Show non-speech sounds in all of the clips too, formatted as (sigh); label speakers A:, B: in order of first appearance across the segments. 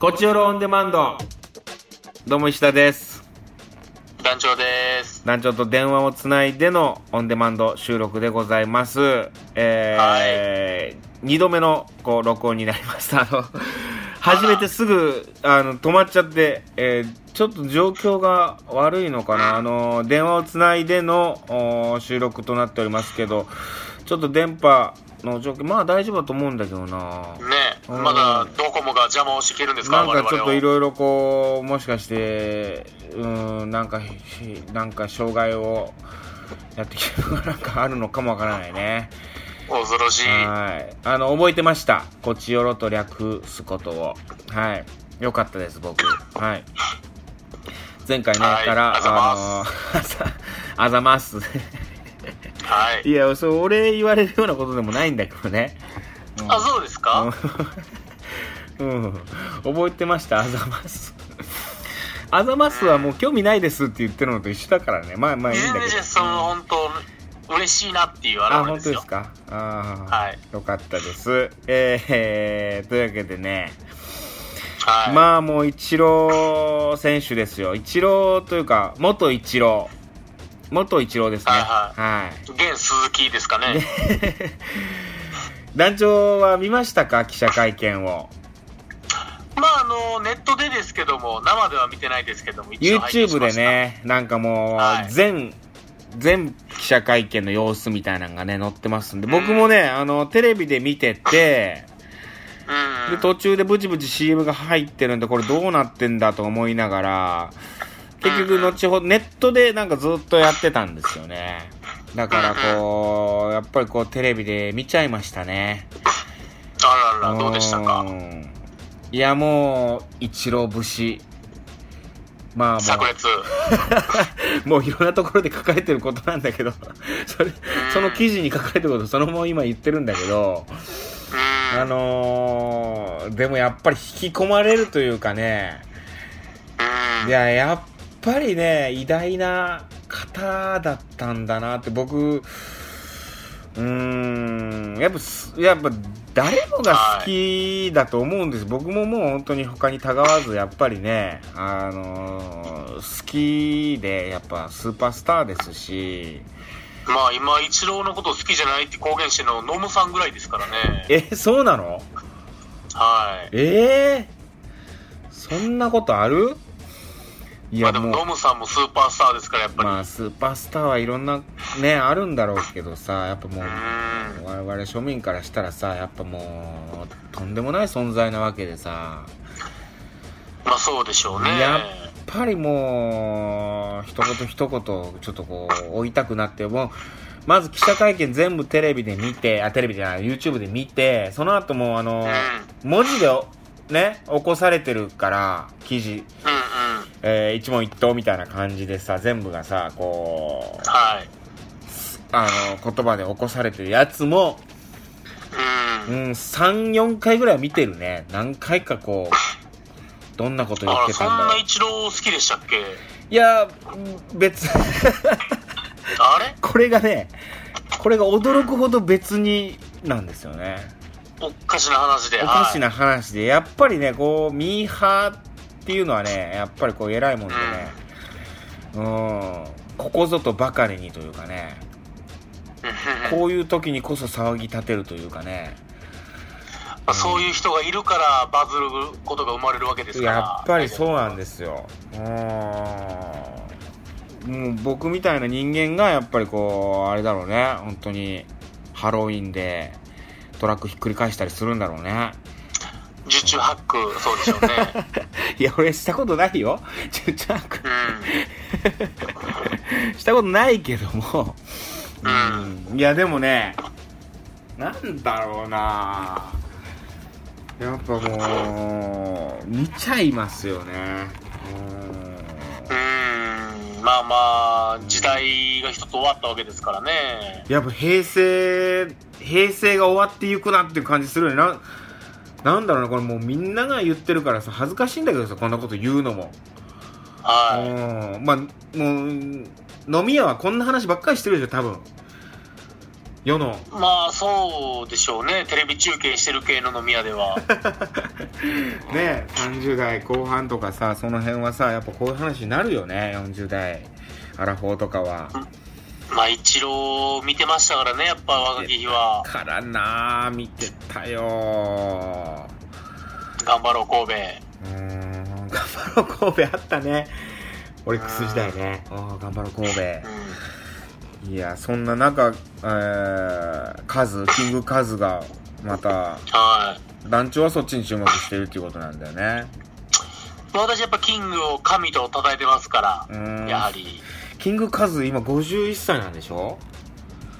A: こちよろオンデマンド。どうも石田です。
B: 団長です。
A: 団長と電話をつないでのオンデマンド収録でございます。えー、2度目のこう録音になりました。あの、初めてすぐ、あの、止まっちゃって、えーちょっと状況が悪いのかな。あの、電話をつないでのおー収録となっておりますけど、ちょっと電波の状況、まあ大丈夫だと思うんだけどな。
B: ねえ、まだドコモが邪魔をしてきるんですか、
A: なん
B: 我
A: かちょ
B: 々
A: っ
B: を。
A: といろいろこうもしかしてうーんなんかひなんか障害をやってきてるのがなんかあるのかもわからないね
B: 恐ろしい。
A: はいあの覚えてました「こちよろ」と略すことをはいよかったです僕はい前回ね
B: はい
A: から
B: あざ
A: あ
B: ま
A: のあざます (laughs)
B: はい。
A: いやそう俺言われるようなことでもないんだけどねうん
B: あ、そうですか、
A: うん、覚えてました、アザマス。アザマスはもう興味ないですって言ってるのと一緒だからね。まあまあいいん
B: 全
A: だ
B: 然
A: けど。
B: その、本当、嬉しいなっていうあ
A: あ、
B: れ
A: 本
B: です
A: 当で
B: よ
A: す。か。ああ、
B: はい
A: よかったです。えー、というわけでね、
B: はい。
A: まあもうイチロー選手ですよ。イチローというか、元イチロー。元イチローですね。
B: は
A: はい。 (laughs)
B: 現鈴木ですかね。
A: 団長は見ましたか記者会見を。
B: まあ、あの、ネットでですけども、生では見てないですけども、一応拝見し
A: YouTube
B: ま
A: で
B: した。
A: ね、なんかも
B: は
A: う、
B: い
A: 全、全記者会見の様子みたいなのがね、載ってますんで、僕もね、あの、テレビで見てて、
B: う
A: で、
B: ん。
A: 途中でブチブチ CM が入ってるんで、これどうなってんだと思いながら、結局、後ほど、ネットでなんかずっとやってたんですよね。だから、こう、やっぱりこう、テレビで見ちゃいましたね。
B: あらら、どうでした
A: う
B: か
A: んいや、もう、一郎節。まあ、
B: 炸
A: もう。
B: 裂。
A: (laughs) もういろんなところで書かれてることなんだけど、 (laughs) それ、その記事に書かれてること、そのまま今言ってるんだけど、
B: うん。
A: あのー、でもやっぱり引き込まれるというかね、
B: うん
A: いや、やっぱりね、偉大な方だったんだなって、僕、うーん、やっぱす、やっぱ、誰もが好きだと思うんです。僕ももう本当に他にたがわず、やっぱりね、あのー好きで、やっぱスーパースターですし、
B: まあ今、イチローのこと好きじゃないって公言してるの、ノムさんぐらいですからね。
A: え、そうなの
B: はい。
A: ええそんなことあるい
B: まあ
A: や、
B: で
A: も
B: も
A: う。
B: ノムさんもスーパースターですからやっぱり、
A: まあスーパースターはいろんなねあるんだろうけどさやっぱもう
B: うーん
A: 我々庶民からしたらさやっぱもうとんでもない存在なわけでさ
B: まあそうでしょうね
A: やっやっぱりもう一言一言ちょっとこう追いたくなってもうまず記者会見全部テレビで見てあテレビじゃない YouTube で見てその後もうあの文字でね起こされてるから記事、
B: うんうん
A: えー一問一答みたいな感じでさ全部がさこう
B: はい
A: あの、言葉で起こされてるやつも、う
B: うん
A: ん、3、4回ぐらいは見てるね。何回かこう、どんなこと言っ
B: あ
A: て
B: らそ
A: た
B: ん
A: んだ
B: な
A: ろう。
B: イチロー好きでしたっけ
A: いや、別、 (laughs)
B: あれ
A: これがね、これが驚くほど別になんですよね。
B: おかしな話で
A: おかし
B: はい
A: な話で、やっぱりね、こう、ミーハーっていうのはね、やっぱりこう、偉いもんでね、うん、ここぞとばかりにというかね、
B: うん
A: こういう時にこそ騒ぎ立てるというかね、
B: まあそういう人がいるからバズることが生まれるわけですから
A: やっぱりそうなんですようーんもう僕みたいな人間がやっぱりこうあれだろうね本当にハロウィンでトラックひっくり返したりするんだろうね
B: 十中八九そうでしょうね
A: (laughs) いや俺したことないよちっちゃく
B: うん
A: したことないけども
B: う
A: うんいやでもねなんだろうなやっぱもう見ちゃいますよねうん
B: うんまあまあ時代が一つ終わったわけですからね
A: やっぱ平成、平成が終わっていくなっていう感じするよね。な、なんだろうな、これもうみんなが言ってるからさ、恥ずかしいんだけどさ、こんなこと言うのも。
B: は
A: うん。まあ、もう、飲み屋はこんな話ばっかりしてるでしょ、多分。
B: い
A: 世の
B: まあそうでしょうねテレビ中継してる系の飲み屋では
A: ね30代後半とかさその辺はさやっぱこういう話になるよね40代アラフォーとかは
B: まあ一郎見てましたからねやっぱ若き日は
A: からなあ見てたよ
B: 頑張ろう神戸
A: うーん頑張ろう神戸あったねオリックス時代ねああ頑張ろう神戸
B: う
A: いやそんな中、えー、カズキングカズがまた
B: んはい
A: 団長はそっちに注目してるっていうことなんだよね
B: 私やっぱキングを神と叩いてますか
A: う
B: ら
A: ーん
B: やはり
A: キングカズ今51歳なんでしょ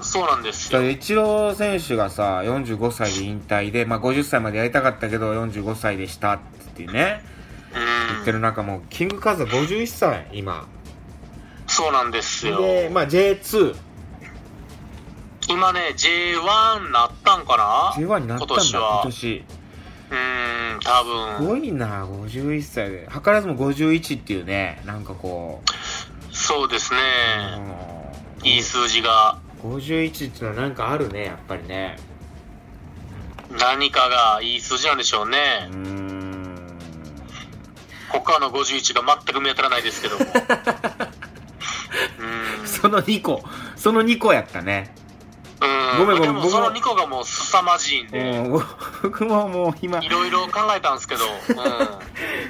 B: そうなんです
A: だ
B: よ
A: からイチロー選手がさ45歳で引退で、まあ、50歳までやりたかったけど45歳でしたってね言って
B: う
A: る
B: ん
A: 中もうキングカズは51歳今
B: そうなんですよ
A: で、まあ、J2J1
B: 今ね J1 なったんかな
A: になったんだ
B: 今年は
A: 今年
B: うん多
A: す
B: 分
A: ごいな51歳で図らずも51っていうねなんかこう
B: そうですね
A: うん
B: いい数字が
A: 51っていうのはなんかあるねやっぱりね
B: 何かがいい数字なんでしょう
A: う
B: ね
A: ーん
B: 他の51が全く見当たらないですけ
A: (laughs)
B: どもうん
A: その2個その2個やったね
B: う
A: ごめんごめん
B: でもその
A: 僕も
B: 2個がもう凄まじいん
A: う
B: で、
A: ん僕ももう今
B: いろいろ考えたんですけど、う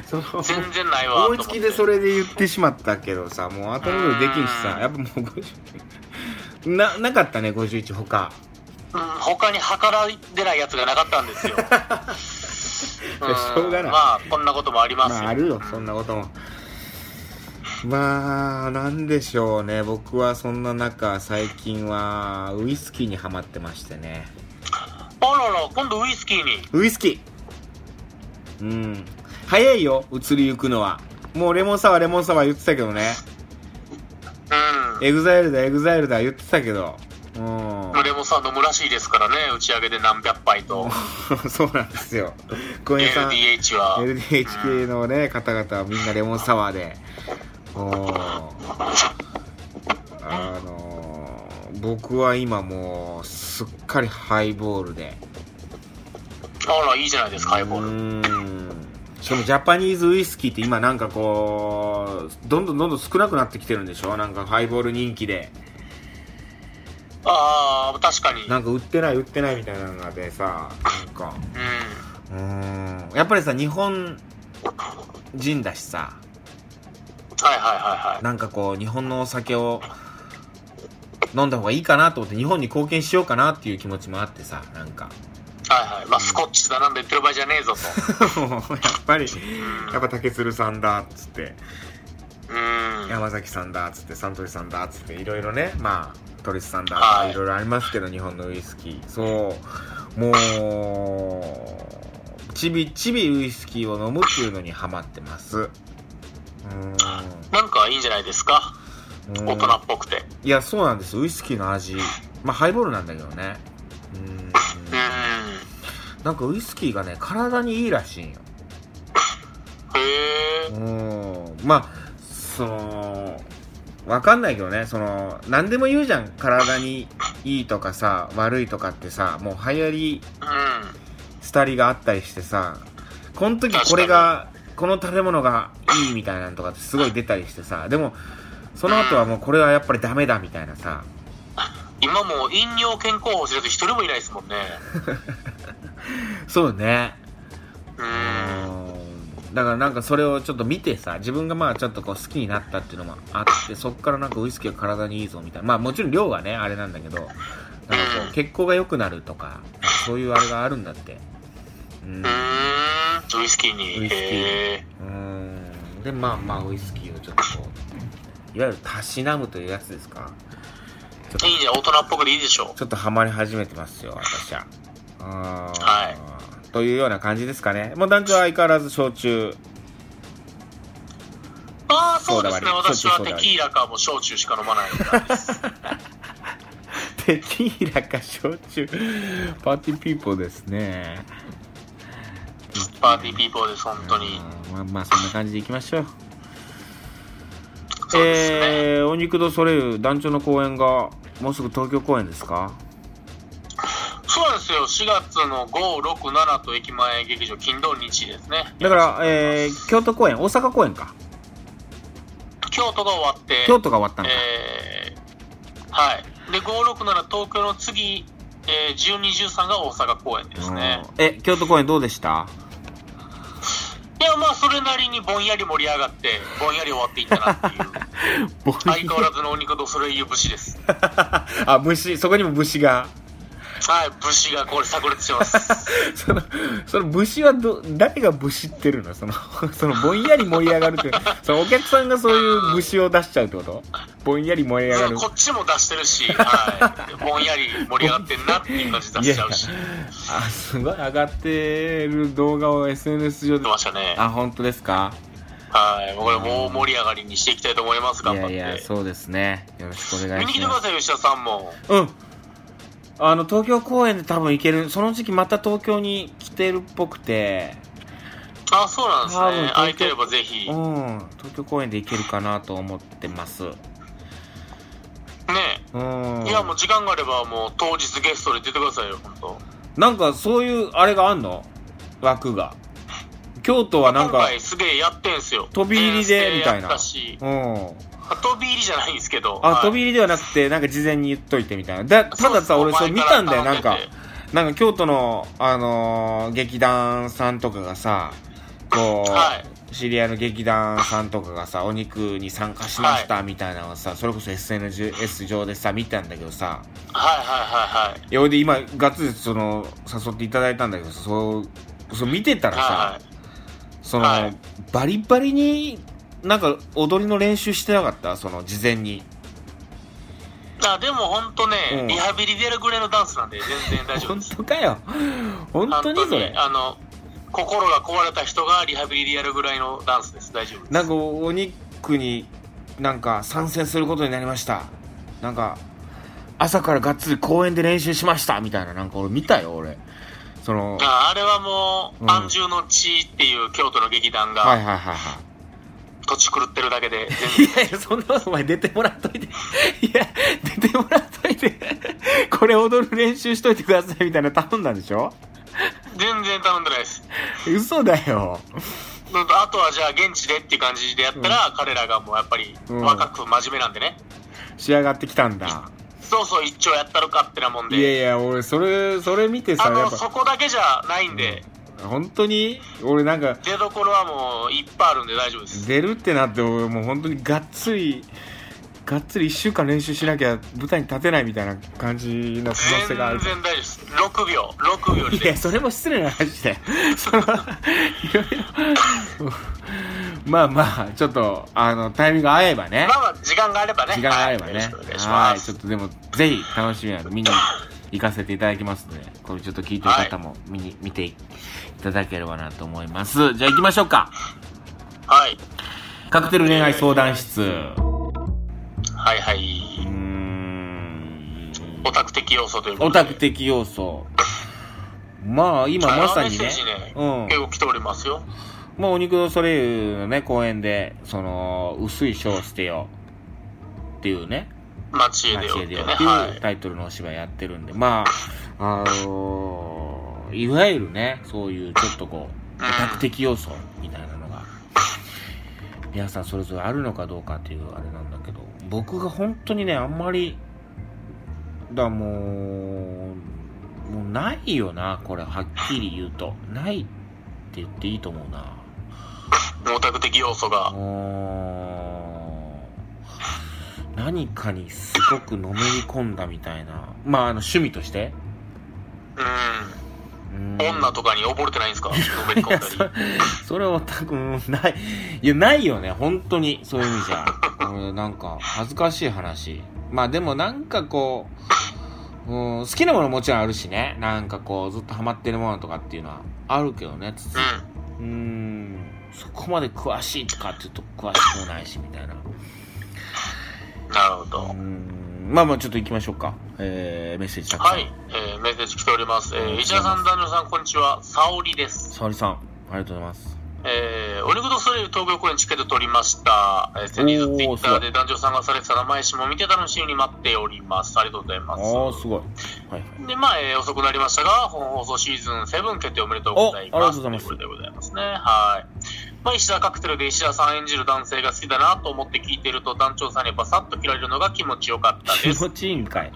A: その
B: ん、全然ないわと
A: 思
B: 思
A: い
B: って
A: つきでそれで言ってしまったけどさもう後戻りできんしさ
B: うん
A: やっぱもう50ななかったね51他
B: うん、他に計らい出ないやつがなかったんですようん
A: しょうが (laughs) ない
B: まあこんなこともありますよ、
A: まああるよそんなこともまあなんでしょうね僕はそんな中最近はウイスキーにはまってましてね
B: あらら今度ウイスキーに
A: ウイスキーうん早いよ移りゆくのはもうレモンサワーレモンサワー言ってたけどね
B: う
A: エグザイルだエグザイルだ言ってたけどうん
B: んレモンサワー飲むらしいですからね打ち上げで何百杯と
A: (laughs) そうなんですよ小林さん
B: LDH は
A: LDH 系のね方々はみんなレモンサワーでもうあのー僕は今もうすっかりハイボールで
B: あらいいじゃないですかハイボール
A: うーんしかもジャパニーズウイスキーって今なんかこうどんどんどんどん少なくなってきてるんでしょなんかハイボール人気で
B: ああ確かに
A: なんか売ってない売ってないみたいなのでさなんか
B: う
A: うーんやっぱりさ日本人だしさ
B: んはいはいはいはい
A: なんかこう日本のお酒を飲んだ方がいいかなと思って日本に貢献しようかなっていう気持ちもあってさなんか
B: はいはいまあスコッチだなんだ言ってる場合じゃねえぞと
A: (laughs) もうやっぱりやっぱ竹鶴さんだっつって
B: うん
A: 山崎さんだっつってサントリーさんだっつっていろいろねまあトリスさんだとか
B: はい
A: いろいろありますけど日本のウイスキーそうもうちびちびウイスキーを飲むっていうのにハマってますう
B: なんかいいんじゃないですか
A: ーん
B: 大人っぽくて
A: いやそうなんですウイスキーの味まあハイボールなんだけどねう
B: うん
A: んなんかウイスキーがね体にいいらしいんよ
B: へ
A: う
B: え
A: んまあそのわかんないけどねその何でも言うじゃん体にいいとかさ悪いとかってさもう流行り
B: う
A: 廃りがあったりしてさこの時これがこの食べ物がいいみたいなのとかってすごい出たりしてさでもその後はもうこれはやっぱりダメだみたいなさ
B: ん今もう飲料健康法してる人一人もいないですもんね
A: そうね
B: うん
A: だからなんかそれをちょっと見てさ自分がまあちょっとこう好きになったっていうのもあってそっからなんかウイスキーが体にいいぞみたいなまあもちろん量はねあれなんだけどなんかこう血行が良くなるとかそういうあれがあるんだってうん
B: うーんウイスキー
A: ウイ
B: に
A: スキー
B: へえ
A: うんでまあまあウイスキーをちょっとこういわゆるたしなむというやつですか
B: いいんじゃない大人っぽくでいいでしょ
A: ちょっとハマり始めてますよ私はあー
B: はい
A: というような感じですかねもう団長は相変わらず焼酎
B: ああそうですね
A: ソーダ割り
B: 私は
A: ソーダ
B: テ
A: 割り
B: キーラかもう焼酎しか飲まないからです
A: テキーラか焼酎パーティーピーポーですね
B: パーティーピーポーです本当に
A: うんまあまあそんな感じでいきましょう
B: そうですね
A: えーお肉とそれゆ団長の公演がもうすぐ東京公演ですか
B: ですよ、4月の5、6、7と駅前劇場、金土日ですね。
A: だから、えー、京都公演、大阪公演か。
B: 京都が終わって、
A: 京都が終わったのか。
B: えーはい。で、5、6、7、東京の次、えー、12、13が大阪公演ですね。
A: うんえ、京都公演どうでした
B: いや、まあ、それなりにぼんやり盛り上がって、ぼんやり終わっていった
A: (laughs)
B: なっていう、相変わらずのお肉とそれいう武士です。
A: あ、虫、そこにも虫が。 (laughs)
B: はい、武士がこれ炸裂してます。
A: その、その虫はど、誰が虫ってるのその、 (laughs) そのぼんやり盛り上がるって、そのお客さんがそういう虫を出しちゃうってことぼんやり盛り上がる。
B: こっちも出してるし、はい、ぼんやり盛り上がってんなっていう感じ出しちゃうし、
A: い
B: 出
A: やいやあ、すごい上がってる動画を SNS 上で
B: て。ましたね。
A: あ、本当ですか
B: はい、これもう盛り上がりにしていきたいと思います、
A: い
B: 頑張っ
A: や
B: て。
A: いや、そうですね。よろしくお願
B: 見
A: い
B: に
A: し
B: 来
A: て
B: く
A: ま
B: だ
A: す。
B: さい、吉田さんも。
A: うん。あの、東京公演で多分行ける、その時期また東京に来てるっぽくて、
B: あ、そうなんです
A: 多分
B: ね。空いてればぜひ。
A: う
B: ね
A: ん、東京公演で行けるかなと思ってます。うん。
B: いや、もう時間があれば、もう当日ゲストで出てくださいよ、本当。
A: なんかそういうあれがあんの枠が京都はなん
B: 今
A: か
B: 回すげえやってんすよ。
A: 飛び入りで
B: 遠征
A: みたいな
B: やったし
A: うん
B: あ飛び入りじゃないんですけど。
A: あ、
B: はい
A: 飛び入りではなくてなんか事前に言っといてみたいなだたださ
B: そう
A: 俺
B: です
A: それ見たんだよ
B: 前
A: なんか
B: ら頼んでて
A: なんか京都のあのー劇団さんとかがさこう、
B: は
A: 知り合いの劇団さんとかがさお肉に参加しましたみたいなのをさそれこそ SNS 上でさ見たんだけどさ
B: はいはいはいはい。
A: いや俺で今ガッツリその誘っていただいたんだけどさそうそう見てたらさ、
B: はいはい
A: その、
B: はい
A: バリバリになんか踊りの練習してなかったその事前に
B: あでも本当ね、
A: うん
B: リハビリ出るぐらいのダンスなんで全然大丈夫
A: 本
B: です。
A: 当かよ本当にそれ
B: あの、心が壊れた人がリハビリでやるぐらいのダンスです。大丈夫です。
A: なんかお肉になんか参戦することになりましたなんか朝からがっつり公園で練習しましたみたいななんか俺見たよ俺そのはい
B: ああれはもう、
A: うん
B: 安住の地っていう京都の劇
A: はい
B: 団が
A: はいはい
B: 土地狂ってるだけで、全
A: (laughs) いやいやそんなことお前出てもらっといていや出てもらっといてこれ踊る練習しといてくださいみたいな頼んだんでしょ
B: 然全然頼んでないです。
A: 嘘だよ
B: うんあとはじゃあ現地でっていう感じでやったら、彼らがもうやっぱり
A: うん
B: 若く真面目なんでね、
A: 仕上がってきたんだ
B: そうそう一丁やったろかってなもん
A: いや
B: で
A: いや俺それそれ見てさ
B: あ
A: や
B: の
A: っぱ
B: そこだけじゃないんで、
A: 本当に俺なんか
B: 出どころはもういっぱいあるんで大丈夫です
A: 出るってなって俺もう本当にがっつりがっつり1週間練習しなきゃ舞台に立てないみたいな感じの可能性
B: 全然
A: がある
B: 大丈夫です6秒6秒
A: い
B: で
A: やそれも失礼な話で (laughs) そのいろいろまあまあちょっとあのタイミング合えばね
B: まあまあ時間があればね
A: 時間があればね
B: はいよろしくお願いし
A: は
B: ま
A: いち
B: す
A: ょっとでもぜひ楽しみなんで見に行かせていただきますのでこれちょっと聞いてる方も見に、見ていただければなと思いますじゃあ行きましょうか
B: はい
A: カクテル恋愛相談室う
B: はいは
A: ー
B: い
A: ん
B: オタク的要素というこ
A: オ
B: とで
A: タク的要素まあ今まさにね
B: メッセージね、
A: うん
B: 結構来ておりますよ
A: まあ、お肉のソレイユのね、公演で、その、薄い書を捨てようっていうね、
B: 街へ出よ
A: 教
B: う
A: え
B: ってて
A: よ
B: ね
A: うってい
B: は
A: う
B: い
A: タイトルのお芝居やってるんで、まあ、あのーいわゆるね、そういうちょっとこう、オタク的要素みたいなのが、皆さんそれぞれあるのかどうかっていうあれなんだけど、僕が本当にね、あんまり、だ、もう、もうないよな、これ、はっきり言うと。ないって言っていいと思うな。
B: オタク的要素が
A: うん何かにすごくのめり込んだみたいなまああの趣味として
B: うん
A: うん
B: 女とかに溺れてないんですかのめり
A: い
B: 込ん
A: や
B: だり
A: そそれは多分ないいやないよね本当にそういう意味じゃうんなんか恥ずかしい話まあでもなんかこう、うん、好きなものもちろんあるしねなんかこうずっとハマってるものとかっていうのはあるけどねつつ
B: う
A: うーんそこまで詳しいかっていうと詳しくもないしみたいなうん
B: なるほど、
A: ーんまあまあちょっと行きましょうかえー、メッセージたくさん、
B: はい、えー、メッセージ来ております、えー、石田さん、男女さん、こんにちは、沙織です、
A: 沙織さんありがとうございます
B: えー、ー、お肉とそれる東京公演チケット取りました。えー、先日ツイッターで男女さんがされてた生石も見て楽しみに待っております。ありがとうござい
A: あ
B: ま
A: あす
B: す。
A: ごい、はいはい、
B: で、まあ、えー遅くなりましたが、本放送シーズン7決定おめでとうございま
A: お
B: す。
A: ありがとうございます
B: ということでございますね。はい。まあ、石田カクテルで石田さん演じる男性が好きだなと思って聞いてると、団長さんにバサッと切られるのが気持ちよかった
A: 気
B: です。
A: 持ちいいんかい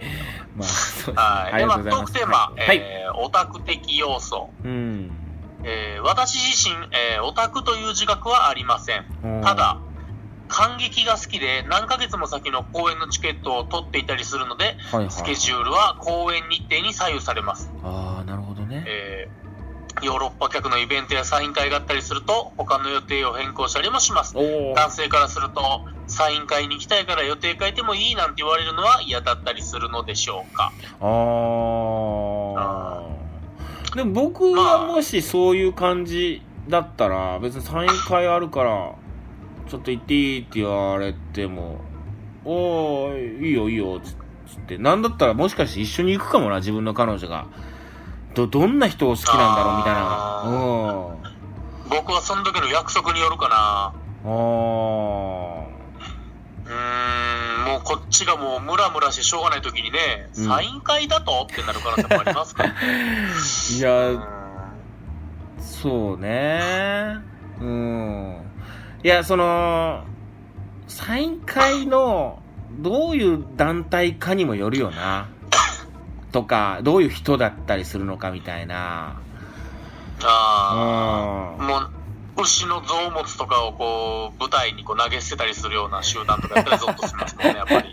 A: まあそう
B: はい。
A: あり
B: で、
A: が
B: ま
A: とう
B: あ、ト
A: ございます
B: ークテーマ、
A: はい、
B: えーオタク的要素。
A: うん
B: えー私自身、えーオタクという自覚はありません。
A: うん
B: ただ、感激が好きで、何ヶ月も先の公演のチケットを取っていたりするので、
A: はいはい
B: スケジュールは公演日程に左右されます。
A: ああなるほどね
B: えーヨーロッパ客のイベントやサイン会があったりすると、他の予定を変更したりもします。
A: おお
B: 男性からすると、サイン会に行きたいから予定変えてもいいなんて言われるのは嫌だったりするのでしょうか。
A: ああでも僕がもしそういう感じだったら別にサイン会あるからちょっと行っていいって言われても「おおいいよいいよ」つつってなんだったらもしかして一緒に行くかもな自分の彼女がどどんな人を好きなんだろうみたい
B: あー
A: なうん
B: 僕はその時の約束によるかな。
A: あ
B: うーんもうこっちがもうムラムラしてしょうがない時にね、
A: うん
B: サイン会だとってなる可能性もありますから、ね、
A: あいうや
B: ん
A: そうねうんいやそのサイン会のどういう団体かにもよるよなとかどういう人だったりするのかみたいなうん
B: ああ
A: あ
B: もう牛の臓物とかをこう舞台にこう投げ捨てたりするような集団とかやったらゾッとしますもんねや
A: (laughs)
B: っぱり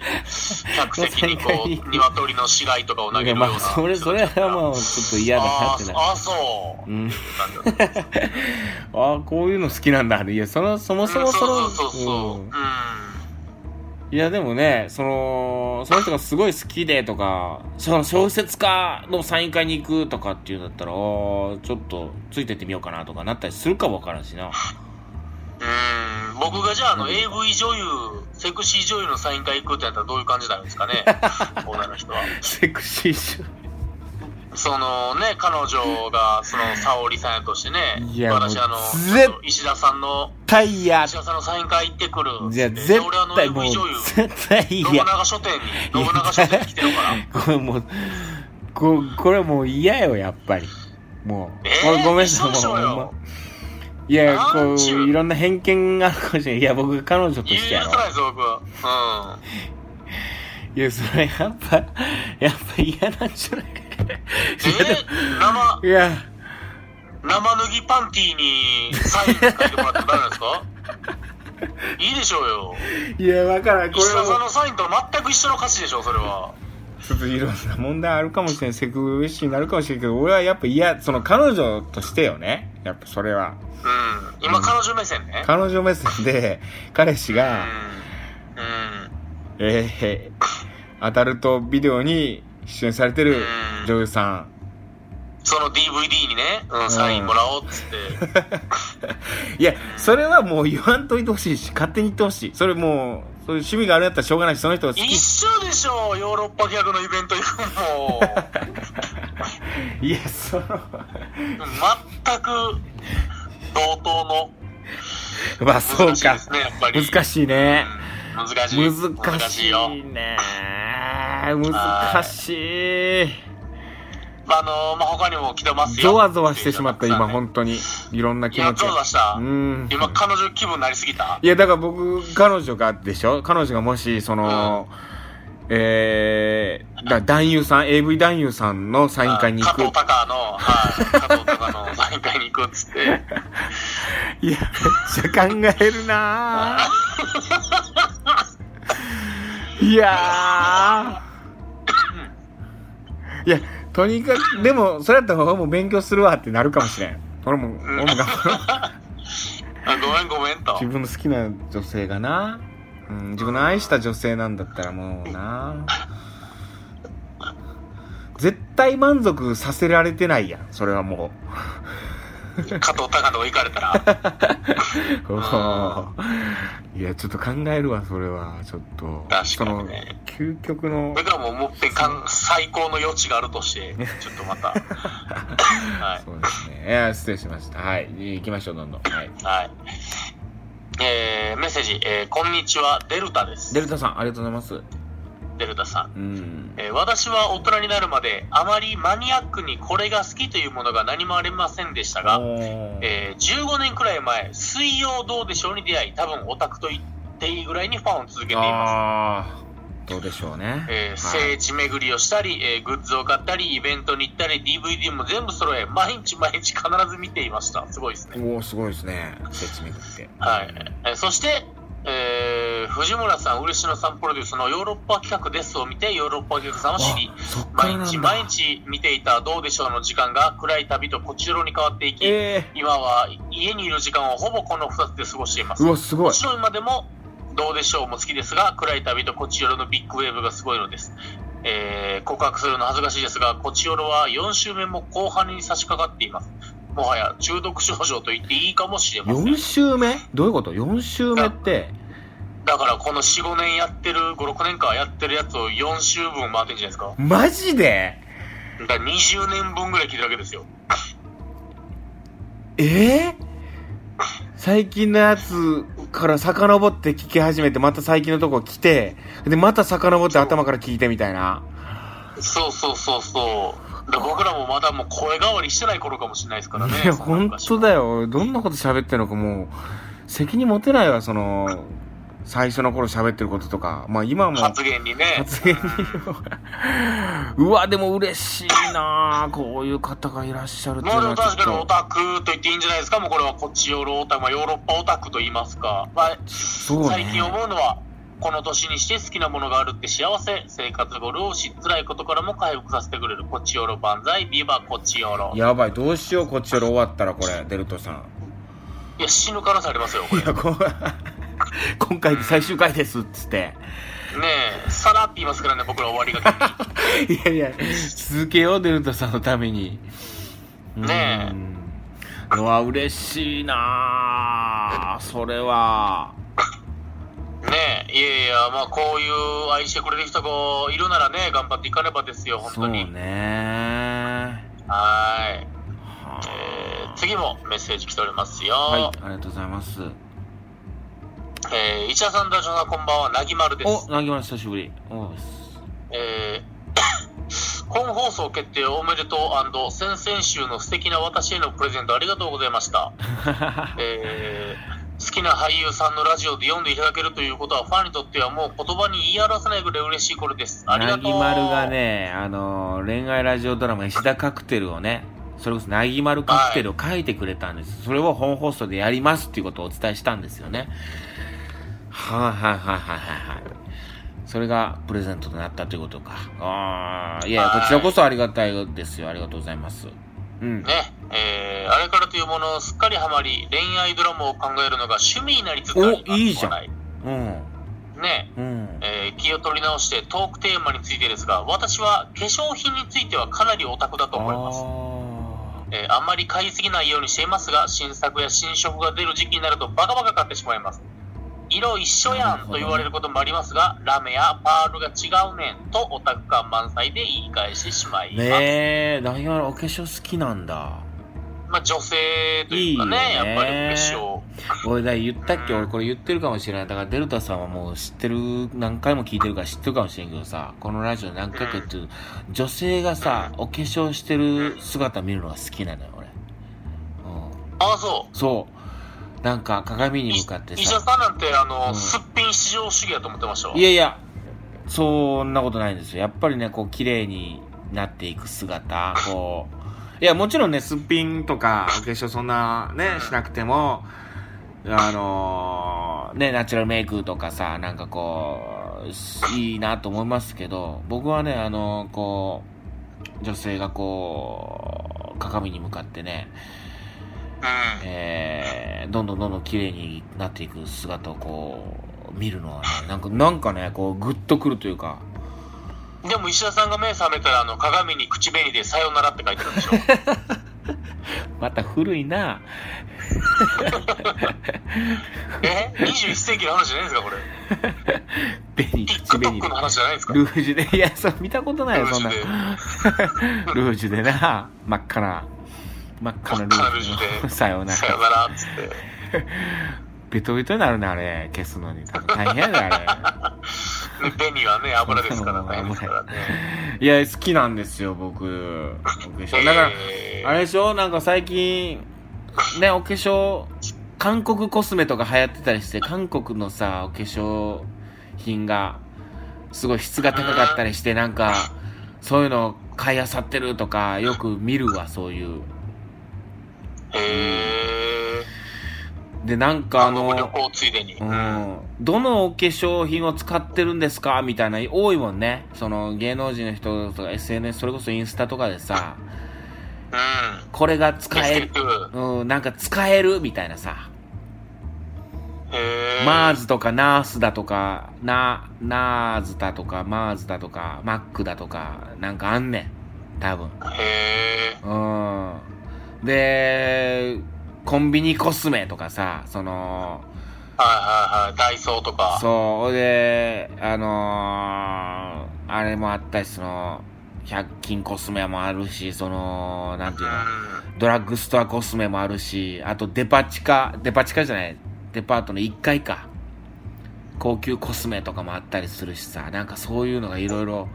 B: 客席にこ
A: サイン
B: う鶏の死骸とかを投げるような
A: まあそれそれはもうちょっと嫌だな
B: あ
A: って
B: ー
A: な
B: あーそうう、
A: ん、
B: なんだろう
A: ああこういうの好きなんだいやそのそもそもその、
B: うんそうそうそうそう、
A: う
B: うんん、
A: いやでもねそのその人がすごい好きでとかその小説家のサイン会に行くとかっていうんだったらあーちょっとついてってみようかなとかなったりするかもわからんし
B: (laughs)
A: な
B: うん僕がじゃああの AV 女優、セクシー女優のサイン会行くってやったらどういう感じになるんですか
A: (laughs)
B: ね、女の人は。
A: セクシー
B: そのね、彼女がその沙織さんやとしてね
A: い、や
B: 私、
A: もう
B: あの
A: 絶
B: 石田さんの、
A: タイヤ
B: 石田さんのサイン会行ってくるっつって
A: じゃあ
B: で
A: 絶
B: 俺あの
A: 対
B: AV
A: もう
B: 女優、
A: 絶対
B: 信
A: 嫌
B: 長書店に、信長書店に来てる
A: (laughs)
B: から。
A: これもうここれもう嫌よやっぱりもう、
B: えー
A: ごめんなさい
B: 一緒でし
A: もう
B: ょうよ
A: ほんまいやこ
B: なん
A: う
B: ちゅう
A: いろんな偏見があるかもしれないいや僕彼女と
B: 許
A: してやろ
B: さないです、僕は。うん。
A: いや、それやっぱ、やっぱ嫌なんじゃない
B: えー生
A: い、や、
B: 生脱ぎパンティーにサイン書いてもらってもダメなんで
A: (laughs)
B: すかいいでしょうよ。
A: いや、わからん。これ
B: 石田さん
A: はも
B: のサインと全く一緒の価値でしょ、それは。
A: う、ちょっといろんな問題あるかもしれない。セクウィッシュになるかもしれないけど、俺はやっぱ嫌、その彼女としてよね。やっぱそれは。
B: うん。今、彼女目線ね。
A: 彼女目線で、彼氏
B: うん。
A: が、えー、アダルトビデオに出演されてる女優さん。
B: うん。その DVD にね、うん、サインもらおうっつ
A: (laughs)
B: って。
A: いや、それはもう言わんといてほしいし、勝手に言ってほしい。それもう、そういう趣味があるんやったらしょうがないし、その人が好き
B: 一緒でしょ、ヨーロッパ客のイベント行くのも。
A: (laughs) いや、その、
B: 全く、同等の。
A: まあそう
B: 難しいで
A: か
B: す。ね、やっぱり。
A: 難
B: しい。
A: しいね。
B: 難しい。
A: 難しい
B: よ。
A: ね。難しい。
B: まあ、あのまあ、他にも来てますよ。
A: ゾワゾワしてしまった、今、
B: ん
A: 本当に。いろんな気
B: いや、
A: 持ち
B: ゾワゾ
A: が。
B: ワした
A: う。ん。
B: 今、彼女気分になりすぎた。
A: いや、だから僕、彼女がでしょ彼女がもし、その、えー、だ男優さん、AV 男優さんのサイン会に行く
B: 加。藤隆の、はい、加藤隆のサイン会に行くっつ
A: (laughs)
B: って。
A: いや、めっちゃ考えるなぁいやーいや、とにかく、でも、それやったら俺も勉強するわってなるかもしれん。俺も、俺も頑張ろ
B: あごめんごめんと
A: う。。自分の好きな女性がな、うん、自分の愛した女性なんだったらもうな絶対満足させられてないやん、それはもう。
B: 加藤隆の行かれたら
A: (laughs) いや、ちょっと考えるわ、それは。ちょっと。
B: 確かにね
A: その、究極の
B: だ、からもうもっぺんかん最高の余地があるとしてちょっと
A: (laughs)
B: または
A: そうですね。いや、失礼しました。はい。行きましょう、どんどん。はい。
B: い、はいえーメッセージ、えーこんにちはデルタです
A: デルタさん、ありがとうございます。
B: デルタさん
A: うん。
B: えー私は大人になるまであまりマニアックにこれが好きというものが何もありませんでしたが、
A: おー
B: えー15年くらい前「水曜どうでしょう」に出会い多分オタクと言っていいぐらいにファンを続けています、
A: あー、どうでしょうね。
B: えー
A: はい
B: 聖地巡りをしたり、えーグッズを買ったりイベントに行ったり DVD も全部揃え毎日毎日必ず見ていましたすごいですね、
A: おおすごいですね説明って
B: はいえーそして、えー藤村さん漆野さんプロデュースのヨーロッパ企画ですを見てヨーロッパ企画さんを知り
A: あそっから
B: 毎
A: なん
B: 日
A: だ
B: 毎日見ていた「どうでしょう」の時間が暗い旅とこちらに変わっていき、
A: え
B: 今は家にいる時間をほぼこの2つで過ごしていま
A: ー、
B: す
A: う
B: も
A: わすごい
B: ちろん今でも「どうでしょう」も好きですが暗い旅とこちよろのビッグウェーブがすごいのです、えー告白するの恥ずかしいですがこちよろは4週目も後半に差し掛かっていますもはや中毒症状と言っていいかもしれません
A: 4週目どういうこと4週目って
B: だからこの45年やってる56年間やってるやつを4週分回ってんじゃないですか
A: マジで
B: だから20年分ぐらい聞いてるわけですよ
A: えー、最近のやつから遡って聞き始めてまた最近のとこ来てでまた遡って頭から聞いてみたいな
B: そうそうそうそう。で僕らもまだもう声変わりしてない頃かもしれないですからね。
A: いや本当
B: よ。
A: だよどんなこと喋ってんのかもう責任持てないわその最初の頃喋ってることとかまあ今も
B: 発言にね。
A: 発言
B: うん
A: うわでも嬉しいなあこういう方がいらっしゃるっていう
B: まあで
A: の
B: も
A: は
B: 確
A: ち
B: かに
A: ょ
B: オ
A: っと
B: タクと言っていいんじゃないですか。もうこれはこっちヨーロオタク、まあ、ヨーロッパオタクと言いますか。まあ、
A: そうね
B: 最近思うのは、この年にして好きなものがあるって幸せ。生活ご両親、辛いことからも回復させてくれる。こっちヨーロ万歳、ビバこっちヨーロ。いや、
A: やばいどうしようこっちより終わったらこれデルトさん
B: 死ぬ可能性ありますよ、こ
A: い (laughs)
B: れ。ね
A: やこん今回で最終回ですっつって
B: え、さらって言いますからね、僕ら終わりがけに。
A: いやいや続けようデルトさんのために
B: ねえ
A: えうわ嬉しいなあそれは
B: ねえ、いやいや、まあ、こういう愛してくれる人がいるならね、頑張っていかねばですよ、本
A: そ
B: 当
A: う
B: に。
A: ね
B: はーい、
A: は
B: えー
A: あ
B: 次もメッセージ来ておりますよ。
A: はいありがとうございます
B: えー、市田さん、ダジョさん、こんばんは、なぎまるで
A: お
B: す。
A: なぎま久しぶりお
B: えー本放送決定おめでとう先々週の素敵な私へのプレゼントありがとうございました。えー好きな俳優さんのラジオで読んでいただけるということはファンにとってはもう言葉に言い表せないぐらい嬉しいこれです。ありが
A: な
B: とう。
A: ぎまるがね、あのー恋愛ラジオドラマ、石田カクテルをね、それこそなぎまるカクテルを書いてくれたんです、それを本放送でやりますっていうことをお伝えしたんですよね。はい、はいはいはいはいはい。それがプレゼントとなったということか。ああ、いやいや、
B: は
A: こ
B: い
A: ちらこそありがたいですよ。ありがとうございます。うん。
B: ね、えーあれからというものをすっかりハマり、恋愛ドラマを考えるのが趣味になりつつあります。
A: おいいじゃん
B: 都内
A: うん。
B: ね、
A: うん。
B: えー気を取り直してトークテーマについてですが、私は化粧品についてはかなりオタクだと思います。えーあんまり買いすぎないようにしていますが、新作や新色が出る時期になるとバカバカ買ってしまいます。色一緒やんと言われることもありますが、ラメやパールが違うねんとオタク感満載で言い返してしまいます。
A: ねえ、なぎまるお化粧好きなんだ。
B: まあ女性というかね、
A: いいよね
B: やっぱりお化粧。
A: 俺だ言ったっけ
B: うん
A: 俺これ言ってるかもしれないだからデルタさんはもう知ってる何回も聞いてるから知ってるかもしれんけどさこのラジオ何回か言ってる女性がさお化粧してる姿見るのが好きなのよ俺、うん、
B: ああ、そう。
A: そうなんか鏡に向かって
B: 医者
A: さ
B: さんなんてあの、
A: うん
B: すっぴん至上主義やと思ってましたわ
A: いやいやそんなことないんですよやっぱりねこう綺麗になっていく姿こういやもちろんねすっぴんとかお化粧そんなねしなくてもあのーねナチュラルメイクとかさなんかこういいなと思いますけど僕はねあのーこう女性がこう鏡に向かってね、
B: うん
A: えーどんどんどんどん綺麗になっていく姿をこう見るのはねなんかなんかねこうグッとくるというか (laughs)
B: でも石田さんが目覚めたらあの鏡に口紅で「さよなら」って書いてるんでしょ
A: また古いな。
B: え ?21 世紀の話じゃないですか、これ。
A: ベニー、口紅
B: TikTok の話じゃないですか。
A: ルージュで、いや、そう見たことないよ、
B: ルー
A: そん
B: ジュ
A: な
B: で。
A: ルージュでな、真っ赤な、真っ赤なルージュ
B: 真っ赤なルージュで
A: さような
B: さよ
A: ら。
B: なら、つって。
A: ベトベトになるね、あれ。消すのに。多分大変やで、あ
B: ね、紅はね、油で
A: (laughs)
B: すから、大変ですからね。
A: れ。いや、好きなんですよ、僕。お化粧。だから、
B: えー
A: あれでしょなんか最近、ね、お化粧、韓国コスメとか流行ってたりして、韓国のさ、お化粧品が、すごい質が高かったりして、なんか、そういうの買い漁ってるとか、よく見るわ、そういう。
B: へー
A: で、なんかあ
B: 韓国旅
A: の、
B: 行ついでに。
A: う
B: うん
A: ん、どのお化粧品を使ってるんですかみたいな、多いもんね。その、芸能人の人とか SNS、それこそインスタとかでさ、これが使える、
B: 結局、
A: うん、なんか使えるみたいなさ。
B: へー
A: マーズとかナースだとか、な、ナーズだとか、マーズだとか、マックだとか、なんかあんねん。多分。
B: へ
A: うん。で、コンビニコスメとかさ、その、
B: ーはいはいはい。ダイソーとか。
A: そう、で、あのーあれもあったし、その、100均コスメもあるし、その、なんていうの、ドラッグストアコスメもあるし、あとデパ地下、デパ地下じゃない、デパートの1階か。高級コスメとかもあったりするしさ、なんかそういうのがいろいろ、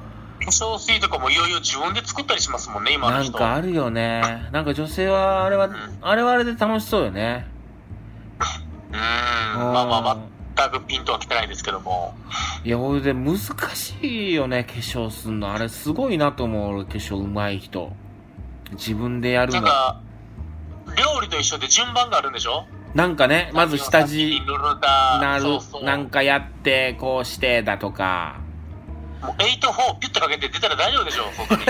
B: 化粧水とかもいよいよ自分で作ったりしますもんね、今の
A: なん
B: 人。
A: かあるよね。なんか女性は、あれは、あれはあれで楽しそうよね。
B: うん。まあまあ、全くピンとは来てないですけども。
A: いや、ほいで難しいよね、化粧すんの。あれすごいなと思う、俺化粧うまい人。自分でやる
B: なん
A: の。
B: か、料理と一緒で順番があるんでしょ
A: なんかね、まず下地、な
B: な
A: る
B: そうそう。、
A: なんかやって、こうして、だとか。
B: もう8-4ピュッとかけて出たら大丈夫でしょ外に。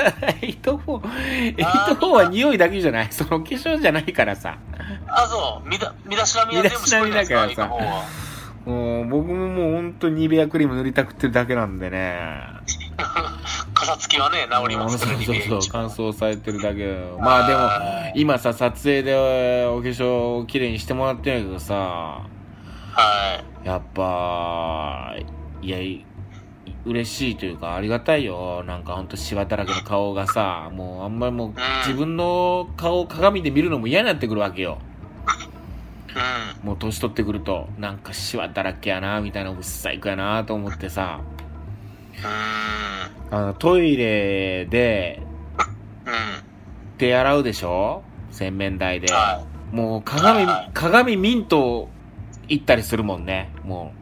A: 8-4
B: (laughs)
A: 8-4は匂いだけじゃないその化粧じゃないからさ
B: あ、そう。身だ身だしなみは全部絞りですか、
A: 身だしなみだからさ
B: 8-4
A: も
B: は。
A: う僕ももう本当にニベアクリーム塗りたくってるだけなんでね
B: 片付きはね、治りますか
A: そ
B: ら、
A: う
B: リ
A: そう
B: ベ
A: そ
B: ー
A: う
B: ジ。
A: 乾燥されてるだけまあでも今さ撮影でお化粧をきれいにしてもらってるけどさ
B: はい。
A: やっぱいやい嬉しいというかありがたいよなんかほんとしわだらけの顔がさもうあんまりもう自分の顔を鏡で見るのも嫌になってくるわけよ
B: うん。
A: もう年取ってくるとなんかシワだらけやなみたいなぶっさいくやなと思ってさ
B: う
A: あのトイレで
B: ん。
A: 手洗うでしょ洗面台で
B: うん。はい。
A: もう鏡
B: はいはい
A: 鏡ミント行ったりするもんねも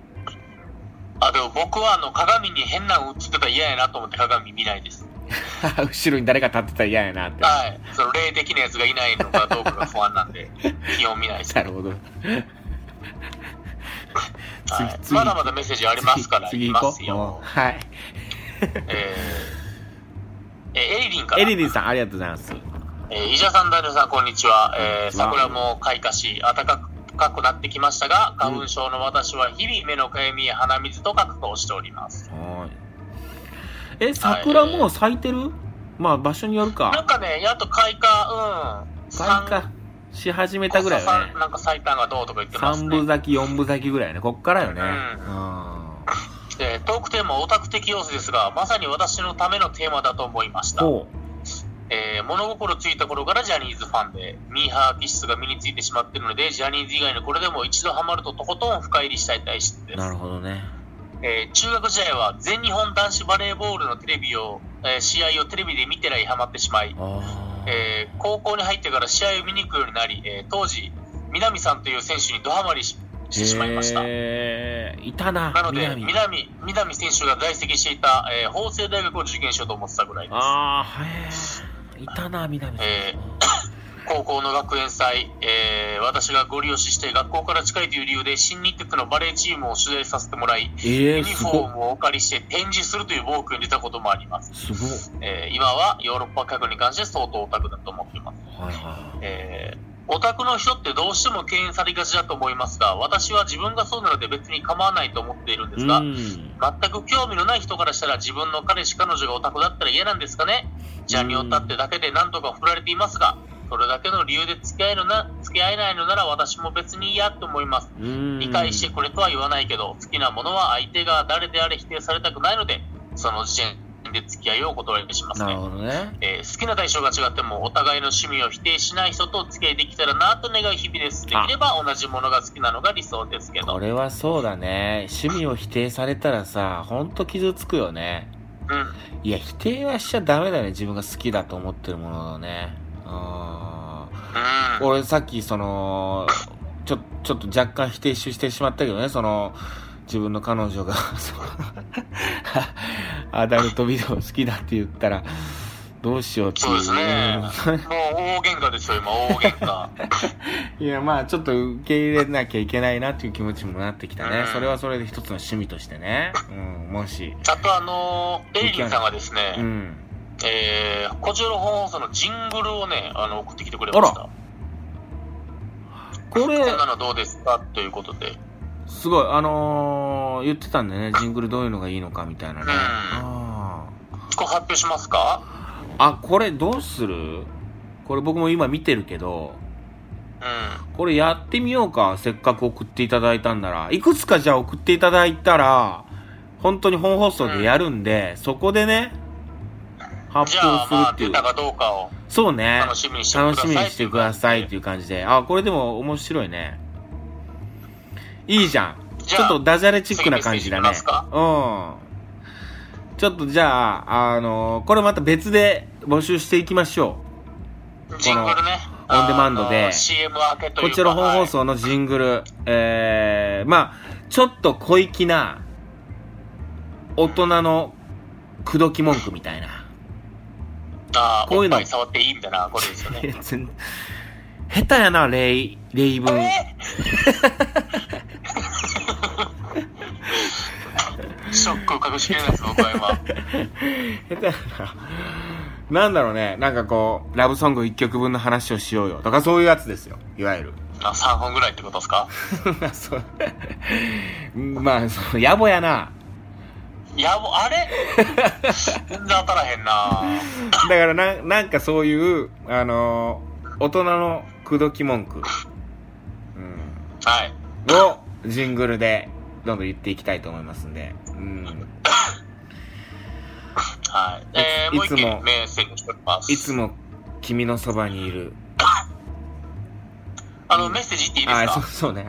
B: あ、でも僕はあの、鏡に変なの映ってたら嫌やなと思って鏡見ないです。
A: う (laughs) 後ろに誰か立ってたら嫌やなって
B: はい。その霊的なやつがいないのかどうかが不安な
A: (laughs)
B: んで、基本見ないです。
A: なるほど
B: は
A: 次
B: い、
A: 次
B: まだまだメッセージありますから、
A: 次次
B: いきま
A: 行こ
B: す
A: ううん
B: よ。
A: はい
B: えー、えーエリリンから。
A: エリリンさんありがとうございます
B: えー、イジャさん、ダルさん、こんにちは。えー、
A: こんにちは
B: 桜も開花し、暖かくかくなってきましたが、花粉症の私は日々目のかゆみや鼻水と覚悟をしております。
A: はーいえ桜もう咲いてる、まあ場所による
B: なん
A: か
B: かね、やっと開花、うん。
A: 開花し始め
B: 三
A: たぐらいよね
B: さんなんか最短がどうとか言ってます
A: 三
B: ね
A: 分。咲き、四分咲きぐらいね。こっからよね。
B: うんえートークテーマはオタク的要素ですが、まさに私のためのテーマだと思いました。
A: ほ
B: えー物心ついた頃からジャニーズファンで、ミーハー気質が身についてしまっているので、ジャニーズ以外のこれでも一度ハマるととことん深入りしたい体質で
A: う。
B: す
A: な。るほどね。
B: えー中学時代は全日本男子バレーボールのテレビを、えー試合をテレビで見てらいハマってしまい、
A: あー
B: えー高校に入ってから試合を見に行くようになり、えー当時、南さんという選手にドハマりししてしまいました。
A: えーいたな。
B: なので、
A: 南
B: 南、南選手が在籍していた、えー法政大学を受験しようと思ってたぐらいです。
A: ああ、はい。いたな、南さん。
B: え高校の学園祭、えー私がご利用しして学校から近いという理由で新日鉄のバレーチームを取材させてもらい、
A: え
B: ユ
A: ー、
B: ニ
A: す
B: フォ
A: ご
B: ームをお借りして展示するという暴挙に出たこともあります。
A: すご
B: えー今はヨーロッパ客に関して相当オタクだと思っています。
A: はいはい。
B: えーオタクの人ってどうしても敬遠されがちだと思いますが、私は自分がそうなので別に構わないと思っているんですが、
A: うん。
B: 全く興味のない人からしたら自分の彼氏彼女がオタクだったら嫌なんですかねジャニオタってだけで何とか振られていますがそれだけの理由で付き合えるな、付き合えないのなら私も別に嫌と思います。理解してくれとは言わないけど、好きなものは相手が誰であれ否定されたくないので、その時点で付き合いをお断りします
A: なる
B: ね。
A: ほどね。
B: えー好きな対象が違ってもお互いの趣味を否定しない人と付き合いできたらなと願う日々です。で
A: あ
B: きれば同じものが好きなのが理想ですけ
A: こ
B: ど。
A: れはそうだね。趣味を否定されたらさ、ほんと傷つくよね。
B: うん。
A: いや、否定はしちゃダメだよね。自分が好きだと思ってるものをね。うん。
B: うん。
A: 俺さっきそのちょちょっと若干否定してしまったけどねその自分の彼女が (laughs) そのアダルトビデオ好きだって言ったらどうしようっていう
B: そうですね。もう大喧嘩ですよ、今、大喧
A: (laughs)
B: 嘩。
A: うんいやまあちょっと受け入れなきゃいけないなっていう気持ちもなってきたねそれはそれで一つの趣味としてね、うん、もし
B: あとあのー、エリリンさんがですね、
A: うん
B: えー、こちらの本放送のジングルをね、あの、送ってきてくれまし
A: あ
B: た。
A: これ
B: こんなのどうですかということで。
A: すごいあのー言ってたんだよねジングルどういうのがいいのかみたいなね、
B: うん
A: あー
B: これ発表しますか
A: あこれどうするこれ僕も今見てるけど
B: うん。
A: これやってみようかせっかく送っていただいたんならいくつかじゃあ送っていただいたら本当に本放送でやるんで、そこでね発
B: じゃあ、まあ、
A: 表する
B: 出
A: ってい
B: た
A: う、
B: かどうかを
A: そうね
B: 楽しみにしてくだ
A: 楽
B: さ
A: し
B: い。
A: みにしてくださいって
B: と
A: いう感じであこれでも面白いねいいじゃん
B: じ
A: ちょ
B: ゃ
A: っ
B: あ
A: とダジャレチックな感じだね
B: 次メッセージいきます
A: うんちょっとじゃああのこれまた別で募集していきましょう
B: うジングルね。
A: このオンデマンドで
B: あの CM 明けという
A: こ
B: か
A: ちら本放
B: は
A: 送のジングル、えー、まあちょっと小粋な大人の口説き文句みたい
B: (laughs)
A: な
B: いあー
A: こういうの
B: おっぱ触っていいみたいな、これですよ
A: い
B: ね。
A: や全下手やな例例文
B: ショックを隠しきれないです、僕は今。
A: 下手やななんだろうねなんかこうラブソング1曲分の話をしようよとかそういうやつですよいわゆる
B: あ、3本ぐらいってことですか
A: そう (laughs) まあその野暮やな
B: やぼ、あれ全然当たらへんな
A: だからななんかそういうあのー大人の口説き文句、うん、
B: はい。
A: をジングルでどんどん言っていきたいと思いますんで、うん、
B: はい。えー、
A: い
B: もう一
A: ついつも
B: 件メッセージしております。
A: いつも君のそばにいる
B: あの、メッセージ言っていいです
A: あ
B: か
A: そうそうね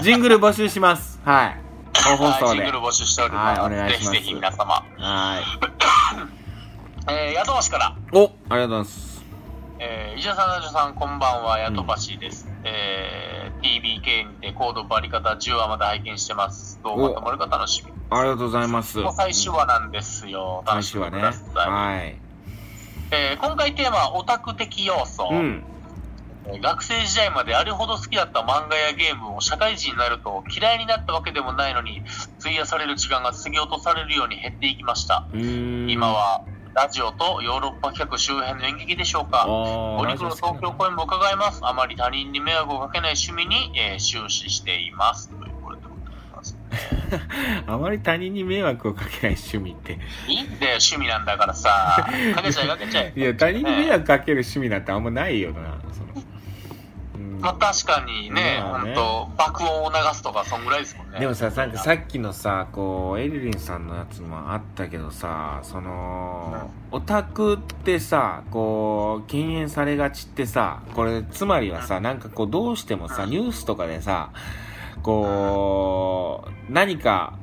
A: (laughs) ジングル募集しますはい本放
B: は
A: 送
B: い、
A: で
B: ジングル募集しております。
A: はいお願いします
B: ぜひぜひ皆様。
A: はい
B: えー、ヤドバシから、
A: おありがとうございます
B: えー、石田さん、ラジオさん、こんばんは、ヤドバシです。えー、TBK にてコードバリ方10話まで拝見してます。動画ともるか楽しみ。
A: ありがとうございます
B: もう最終話なんですよ。楽しみ
A: は
B: く
A: ね
B: ださい。
A: はい
B: えー、今回テーマはオタク的要素。
A: うん
B: 学生時代まであれほど好きだった漫画やゲームを社会人になると嫌いになったわけでもないのに費やされる時間が過ぎ落とされるように減っていきました、
A: うーん
B: 今はラジオとヨーロッパ企画周辺の演劇でしょうか
A: お
B: お肉の東京公演も伺いますあまり他人に迷惑をかけない趣味に、えー終始していますということでござい
A: (laughs)
B: ます
A: あまり他人に迷惑をかけない趣味って
B: いいんだよ趣味なんだからさかけちゃいかけちゃい
A: いや他人に迷惑かける趣味なんてあんまないよなその、うん
B: まあ確かにね、
A: まあね
B: 本当爆音を流すとか、そんぐらいですもんね。
A: でもさなんかさっきのさこうエリリンさんのやつもあったけどさそのオタクってさこう敬遠されがちってさこれつまりはさなんかこうどうしてもさニュースとかでさこう何か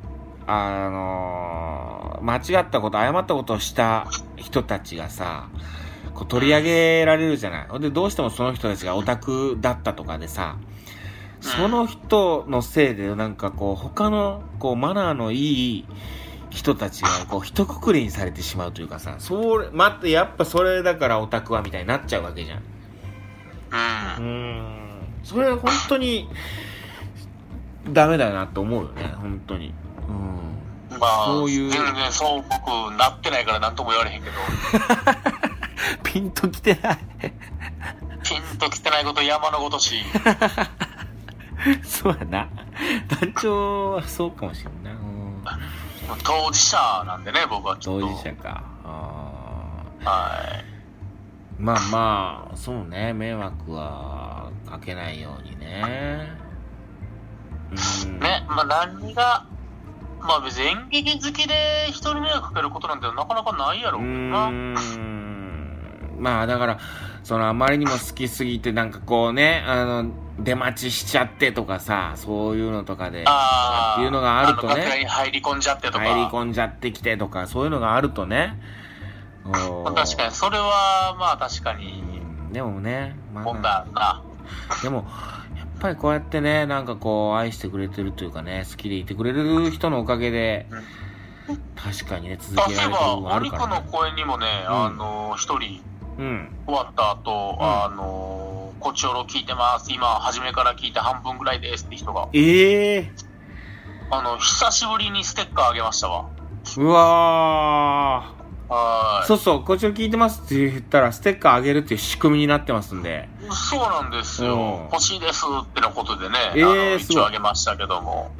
A: あの間違ったこと誤ったことをした人たちがさこう取り上げられるじゃないほんでどうしてもその人たちがオタクだったとかでさその人のせいでなんかこう他のこうマナーのいい人たちがこう一括りにされてしまうというかさそれ待ってやっぱそれだからオタクはみたいになっちゃうわけじゃん
B: うん
A: う。ーんそれは本当にダメだなと思うよね本当にうん
B: まあ、
A: そういう
B: 全然そう僕なってないから何とも言われ
A: (laughs)
B: へんけど、
A: ピンときてない
B: ピンときてないこと山のごとし、
A: (laughs) そうやな団長はそうかもしれんない、うん、
B: 当事者なんでね、僕はきっと。
A: 当事者かあ
B: はい。
A: まあまあ、そうね、迷惑はかけないようにね。うん。
B: ね、まあ何が、まあ別に演劇好きで人に迷惑かけることなんてなかなかないや
A: う
B: ろう
A: ー
B: けどな。うん。
A: ん。まあだから、そのあまりにも好きすぎて、なんかこうね、あの、出待ちしちゃってとかさ、そういうのとかで、
B: あー
A: っていうのがあるとね
B: あの楽屋に入り込んじゃってとか。
A: 入り込んじゃってきてとか、そういうのがあるとね。お
B: まあ
A: ー
B: 確かに、それはまあ確かに、
A: うんでもね、ま
B: 問題あるな。
A: でも、やっぱりこうやってね、なんかこう、愛してくれてるというかね、好きでいてくれる人のおかげで、確かにね、続
B: あ
A: け
B: そ
A: られてる部
B: ういえば、
A: 分は
B: お
A: ある
B: 肉
A: から
B: の
A: ね。
B: 公演にもね、あの、一人
A: うん。
B: 終わった後、
A: うん
B: あの、こちおろ聞いてます。今、初めから聞いて半分ぐらいですって人が。
A: ええ
B: あの、久しぶりにステッカーあげましたわ。
A: ー、うわー。
B: はー
A: そうそう、こっちを聞いてますって言ったら、ステッカーあげるっていう仕組みになってますんで。
B: い。そうなんです
A: うん
B: よ。欲しいですってのことでね、
A: えー
B: あの
A: す
B: 一
A: ごい
B: 応あげましたけども、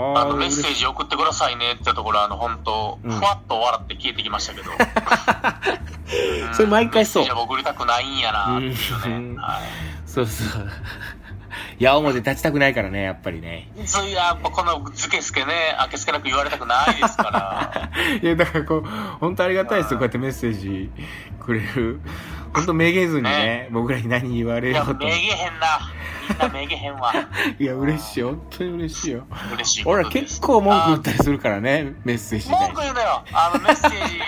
B: あ
A: あ
B: の、メッ
A: 嬉
B: セー
A: しい
B: ジ送ってくださいねってところ、あの、本当
A: うん
B: ふわっと笑って消えてきました
A: (laughs)
B: けど。うん
A: それ毎回そう
B: メッセージは送りたくないんやなっていう
A: うん
B: ね。はい
A: そうそう。矢面立ちたくないからね、やっぱりね。 (laughs)
B: そういう、やっぱこのズケスケね、あけすけなく言われたくないですから。
A: いや、だからこう、本当ありがたいですよ、こうやってメッセージくれる。本当めげずにね、僕らに何言われ (laughs)
B: い
A: よ
B: や、
A: う
B: め
A: と
B: げ。へんな。みんなめげへんわ。
A: いや、嬉しいよ。本当に嬉
B: (laughs)
A: しいよ。
B: 嬉しいこと
A: 俺
B: です。
A: ら結構文句言っ
B: あ
A: たりするからね、メッセージ
B: 文句
A: で。
B: 言うのよ。あの、メッセージ、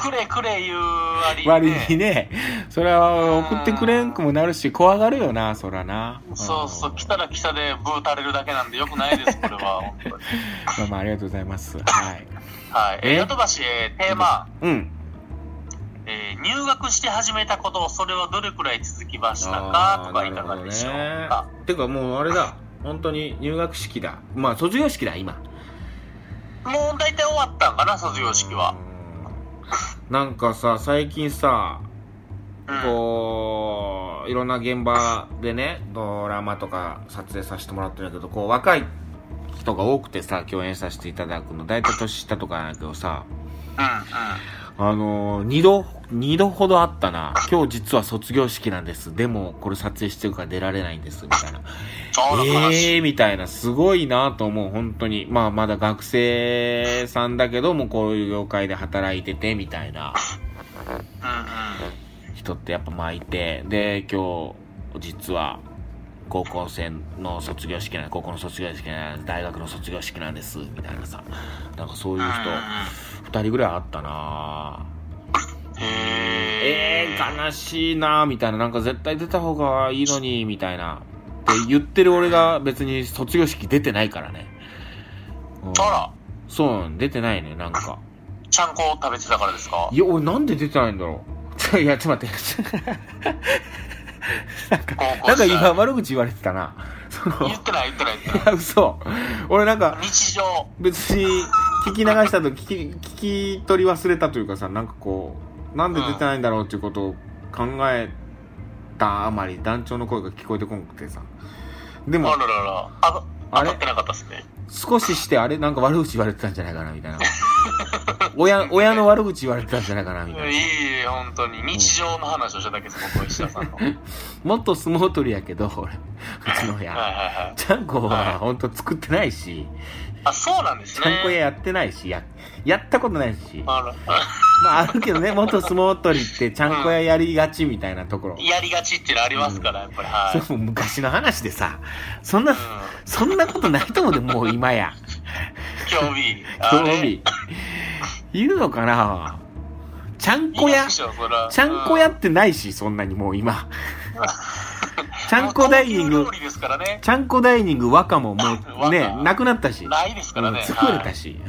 B: くれくれ言う割に、
A: 割にね、それは送ってくれんくもなるし、怖がるよな、そらな。
B: そうそ
A: ん
B: う、来たら来たでブー垂れるだけなんでよくな
A: (laughs)
B: いです、これは。本当に
A: まあまあ、ありがとうございます。はい。
B: はい。え
A: え
B: ー、ヨドバシ、えーテーマ、
A: うん。
B: えー入学して始めたこと、それはどれくらい続きましたかとかいかがでしょうか。
A: てかもうあれだ、本当に入学式だ。まあ、卒業式だ、今。
B: もう大体終わったんかな、卒業式は。
A: うん。なんかさ、最近さ、
B: うん
A: こういろんな現場でねドラマとか撮影させてもらってるんだけどこう若い人が多くてさ共演させていただくの大体年下とかなんだけどさ
B: うんうん。
A: あのー、2度2度ほどあったな今日実は卒業式なんですでもこれ撮影してるから出られないんですみたいな
B: あら、悲しい。
A: ええー、みたいなすごいなと思う本当にまあまだ学生さんだけどもこういう業界で働いててみたいな
B: うんうん。
A: 人ってやっぱまあいてで今日実は高校生の卒業式なん高校の卒業式なん大学の卒業式なんですみたいなさなんかそういう人2人ぐらいあったな
B: 人。へ
A: え
B: え。
A: ー、悲しいなみたいななんか絶対出た方がいいのにみたいなって言ってる俺が別に卒業式出てないからね、うん
B: あ、
A: そうなの出てないねなんから
B: ちゃんこを食べてたからですか
A: いや俺なんで出てないんだろう (laughs) ちょいやちょっと待ってな
B: 高校
A: んか
B: 時代
A: 今悪口言われてたな。その、い
B: 言ってない言ってない言ってない。
A: や、嘘。俺なんか、
B: 日常。
A: 別に、聞き流したと聞き、聞き取り忘れたというかさ、なんかこう、なんで出てないんだろうっていうことを考えたあまり、団長の声が聞こえてこなくてさ。で
B: あ
A: も、
B: ららら。あ、
A: あ
B: 当
A: れ
B: たってなかったですね。
A: 少しして、あれなんか悪口言われてたんじゃないかな、みたいな。親、親の悪口言われてたんじゃないかな、
B: い
A: みたいな。
B: えいえ、本当に。日常の話をしただけです、僕は石田さんの。はい
A: もっと相撲取りやけど、俺、うちの
B: はい
A: 親。
B: はい。
A: ちゃんこはほんと作ってないし。
B: あ、そうなんです
A: ち
B: ね。
A: ゃんこ屋やってないし、や、やったことないし。ま
B: あら、
A: ああるけどね、元相撲取りってちゃんこ屋やりがちみたいなところ。
B: やりがちっていうの (laughs) ありますから、やっぱり。は
A: それ
B: い。
A: も昔の話でさ、そんな、
B: う
A: そんなことないと思うで、もう今や。
B: ん。興味。
A: (laughs) 興味。いるのかなちゃんこ屋。ちゃんこ屋
B: ち
A: ってないし、そんなにもう今。ちゃんこダイニング
B: 料、理ですからね。
A: ちゃんこダイニング和歌ももう
B: 和
A: ね、
B: 歌
A: なくなったし。
B: ないですからね。
A: うん作れ
B: は
A: た
B: い
A: し。 (laughs)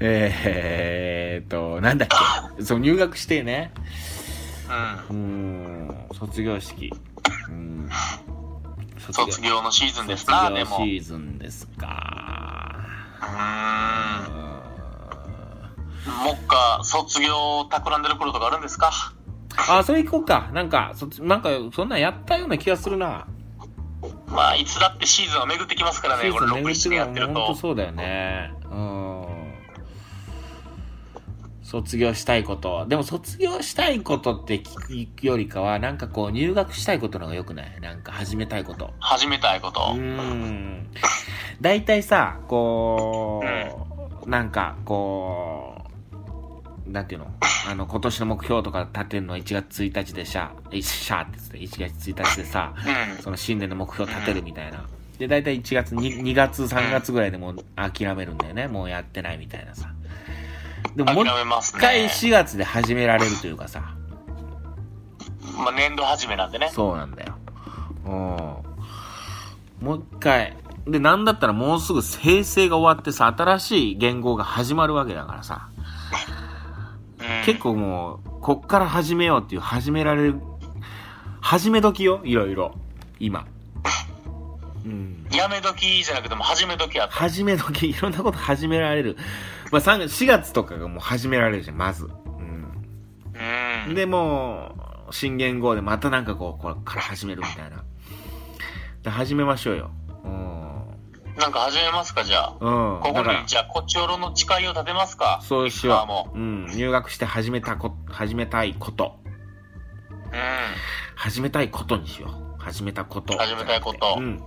A: えーっと、なんだっけ。そう、入学してね。
B: うん
A: うーん、卒業式。うーん
B: 卒業のシーズンです
A: 卒
B: な、
A: 業
B: でも。う
A: シ
B: ーん。
A: ーズンですか。うーん
B: もっか、卒業を企んでる頃とかあるんですか
A: あ、それ行こうか。なんか、そっちなんか、そんなんやったような気がするな。
B: まあ、いつだってシーズンは巡ってきますから
A: シ
B: ね、
A: ー
B: 俺、
A: ズン巡
B: 6、
A: ってく
B: 7年
A: るの
B: やっ
A: も
B: てる
A: 本当
B: と。
A: そうだよね。うーん。卒業したいこと。でも卒業したいことって聞くよりかは、なんかこう入学したいことの方が良くないなんか始めたいこと。
B: 始めたいこ
A: う
B: と。
A: ん。大体さ、こう、なんかこう、なんていうのあの、今年の目標とか立てるの1月1日でしゃ、えしゃーって言って、1月1日でさ、
B: うん。
A: その新年の目標を立てるみたいな。で、大体1月、2, 2月、3月ぐらいでもう諦めるんだよね。もうやってないみたいなさ。でももう
B: 諦めます
A: 一
B: ね
A: 回4月で始められるというかさ。
B: まあ、年度始めなんでね。
A: そうなんだよ。うん。もう一回。で、なんだったらもうすぐ平成が終わってさ、新しい言語が始まるわけだからさ。
B: うん
A: 結構もう、こっから始めようっていう、始められる、始め時よ、いろいろ。今。うん。
B: やめ時じゃなくても始め時やった。
A: 始め時、いろんなこと始められる。まあ、3月、4月とかがもう始められるじゃん、まず。う
B: うん
A: ん。。で、もう、新元号でまたなんかこう、これから始めるみたいな。で、始めましょうよ。うん。
B: なんか始めますか、じゃあ。
A: うん。
B: ここ
A: だから
B: に、、じゃあ、こっちおろの誓いを立てますか。
A: そうし
B: あ
A: よ
B: も
A: う。うん。入学して始めたこ、始めたいこと。
B: う。
A: 始めたいことにしよう。始めたこと。
B: 始めたいこと
A: うん。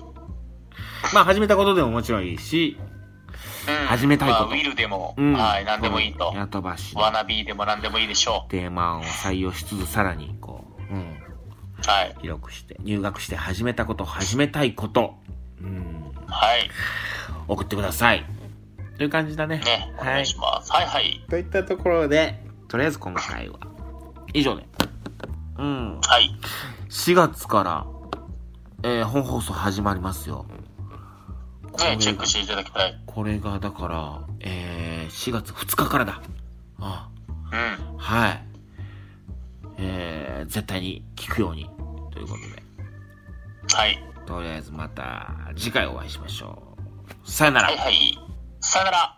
A: まあ、始めたことでももちろんいいし、
B: うん。うん
A: 始めたいこと
B: まあウィルでも、
A: うん。
B: はい、なんでもいいと
A: この。ヤトバシの
B: ワナビーでもなんでもいいでしょ
A: テーマを採用しつつ、さらに、こう、うん。
B: う。はい。
A: 広くして、入学して始めたこと、始めたいこと、うん、
B: はい。
A: 送ってください。という感じだね。
B: ね、お
A: は
B: 願
A: い
B: いし。ます。はい、はい。
A: といったところで、とりあえず今回は、以上で。うん。
B: はい。
A: 4月から、えー本放送始まりますよ。
B: ね、チェックしていただきたい。
A: これが、だから、えー4月2日からだ。あ
B: うん。
A: はい。えー絶対に聞くように。ということで、
B: はい。
A: とりあえずまた次回お会いしましょう。さよなら
B: はい、。はい。さよなら。